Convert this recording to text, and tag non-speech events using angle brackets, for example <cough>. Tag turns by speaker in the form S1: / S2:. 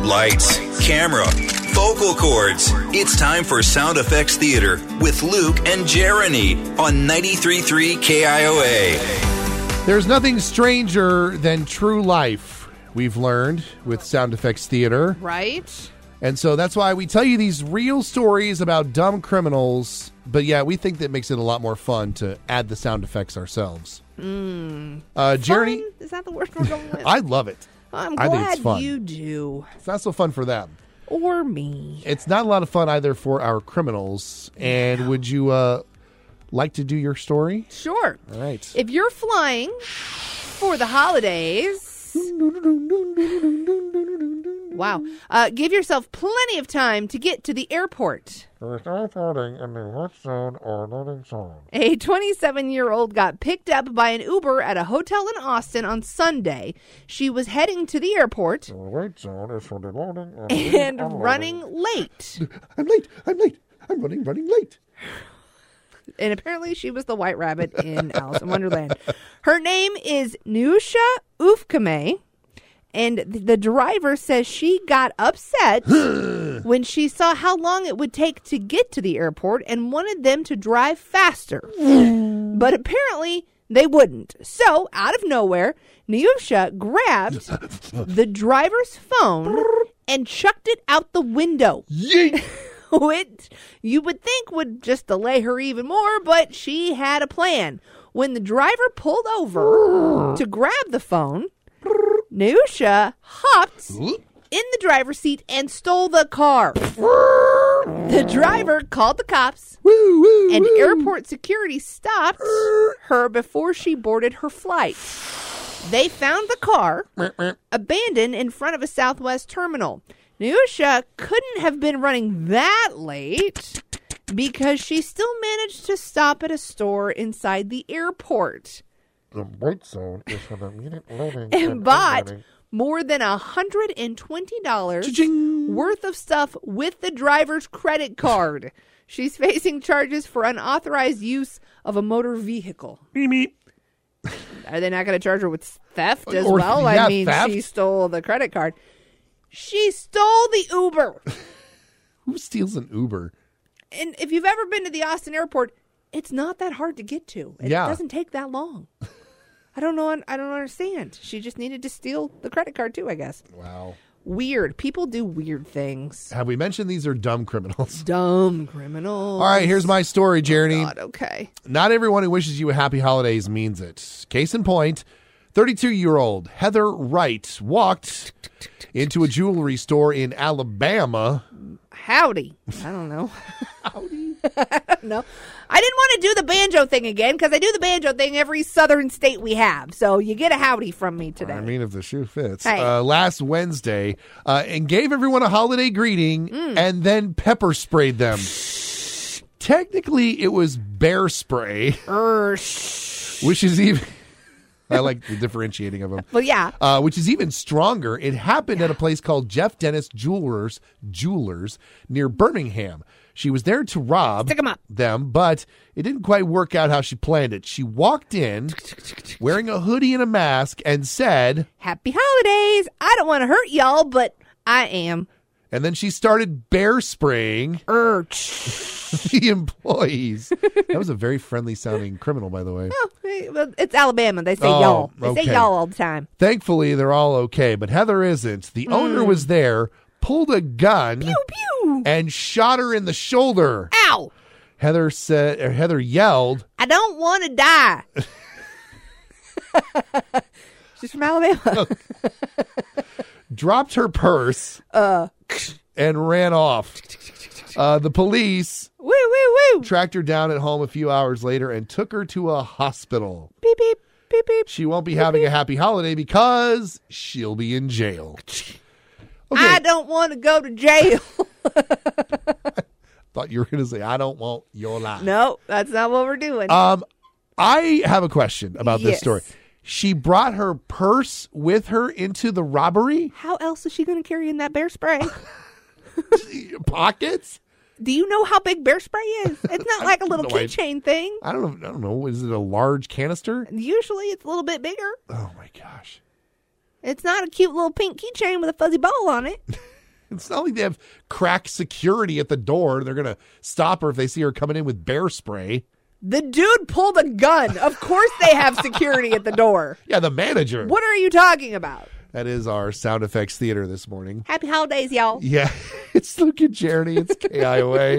S1: Lights, camera, vocal cords. It's time for Sound Effects Theater with Luke and Jeremy on 93.3 KIOA.
S2: There's nothing stranger than true life, we've learned with Sound Effects Theater.
S3: Right?
S2: And so that's why we tell you these real stories about dumb criminals. But yeah, we think that makes it a lot more fun to add the sound effects ourselves. uh, Jeremy,
S3: Fun? Is that the word we're going
S2: <laughs>
S3: with?
S2: I love it.
S3: am
S2: I
S3: glad
S2: think it's fun.
S3: you do.
S2: It's not so fun for them.
S3: Or me.
S2: It's not a lot of fun either for our criminals. And would you uh, like to do your story?
S3: Sure.
S2: All right.
S3: If you're flying for the holidays. Wow. Uh, give yourself plenty of time to get to the airport.
S4: There is no floating in the red zone or loading zone.
S3: A 27 year old got picked up by an Uber at a hotel in Austin on Sunday. She was heading to the airport
S2: <laughs>
S4: The red zone is for the loading and,
S3: <laughs> and
S4: unloading.
S3: running late.
S2: I'm late. I'm late. I'm running, running late.
S3: and apparently she was the white rabbit in Alice in Wonderland. Her name is Nusha Ufkame, and th- the driver says she got upset when she saw how long it would take to get to the airport and wanted them to drive faster. but apparently they wouldn't. So, out of nowhere, Nusha grabbed the driver's phone and chucked it out the window
S2: Yeet.
S3: <laughs> which you would think would just delay her even more, but she had a plan. When the driver pulled over to grab the phone, Nusha hopped in the driver's seat and stole the car. The driver called the cops,
S2: Woo, woo,
S3: and
S2: woo.
S3: airport security stopped her before she boarded her flight. They found the car abandoned in front of a Southwest terminal. Nusha couldn't have been running that late because she still managed to stop at a store inside the airport
S4: The white zone is for the immediate loading
S3: <clears throat> and bought
S4: unloading.
S3: more than $120
S2: Cha-ching.
S3: worth of stuff with the driver's
S2: <laughs>
S3: credit card. She's facing charges for unauthorized use of a motor vehicle.
S2: Meep, meep.
S3: Are they not going to charge her with theft as
S2: Or-
S3: well?
S2: yeah,
S3: I mean,
S2: theft.
S3: she stole the credit card. She stole the Uber.
S2: Who steals an Uber?
S3: and if you've ever been to the Austin airport, it's not that hard to get to. It
S2: Yeah.
S3: doesn't take that long. I don't know. I don't understand. She just needed to steal the credit card too, I guess.
S2: Wow.
S3: Weird. People do weird things.
S2: Have we mentioned these are dumb criminals? <laughs>
S3: Dumb criminals.
S2: All right, here's my story, Jeremy.
S3: God, okay.
S2: Not everyone who wishes you a happy holidays means it. Case in point 32 year old Heather Wright walked into a jewelry store in Alabama.
S3: Howdy. I don't know. <laughs> Howdy. I don't know. I didn't want to do the banjo thing again because I do the banjo thing every southern state we have. So you get a howdy from me today.
S2: I mean, if the shoe fits.
S3: Hey.
S2: Uh, last Wednesday, uh, and gave everyone a holiday greeting and then pepper sprayed them. Technically, it was bear spray, <laughs>
S3: Er, sh-
S2: which is even. <laughs> I like the differentiating of them.
S3: well, yeah.
S2: uh, which is even stronger. It happened at a place called Jeff Dennis Jewelers Jewelers near Birmingham. She was there to rob
S3: Stick 'em up.
S2: them, but it didn't quite work out how she planned it. She walked in wearing a hoodie and a mask and said,
S3: Happy holidays. I don't want to hurt y'all, but I am.
S2: and then she started bear spraying <laughs>
S3: Er, sh-
S2: the employees. that was a very friendly sounding criminal, by the way.
S3: oh, hey, well, <laughs> it's Alabama. They say
S2: Oh,
S3: y'all. They
S2: okay.
S3: say y'all all the time.
S2: Thankfully, they're all okay, but Heather isn't. The owner was there, pulled a gun,
S3: Hmm. Pew pew.
S2: and shot her in the shoulder.
S3: Ow.
S2: Heather said, or Heather yelled,
S3: I don't want to
S2: <laughs>
S3: die. She's from Alabama.
S2: dropped her purse,
S3: Uh.
S2: and ran off. Uh, the police
S3: <laughs> woo, woo, woo.
S2: tracked her down at home a few hours later and took her to a hospital.
S3: Beep, beep, beep, beep.
S2: She won't be having a happy holiday because she'll be in jail. Okay,
S3: I don't want to go to jail. <laughs>
S2: thought you were going to say, I don't want your life.
S3: no, that's not what we're doing.
S2: Um, I have a question about this
S3: Yes.
S2: story. She brought her purse with her into the robbery <laughs>
S3: How else is she going to carry in that bear spray?
S2: pockets.
S3: Do you know how big bear spray is? It's not like a little
S2: no idea.
S3: keychain thing.
S2: I don't. I don't know. Is it a large canister?
S3: Usually it's a little bit bigger.
S2: Oh my gosh.
S3: It's not a cute little pink keychain with a fuzzy bow on it.
S2: It's not like they have crack security at the door. They're going to stop her if they see her coming in with bear spray.
S3: The dude pulled a gun. Of course they have security at the door.
S2: Yeah, the manager.
S3: What are you talking about?
S2: That is our sound effects theater this morning. <laughs>
S3: Happy holidays, y'all.
S2: Yeah, it's Luke and Jeremy. It's KIOA.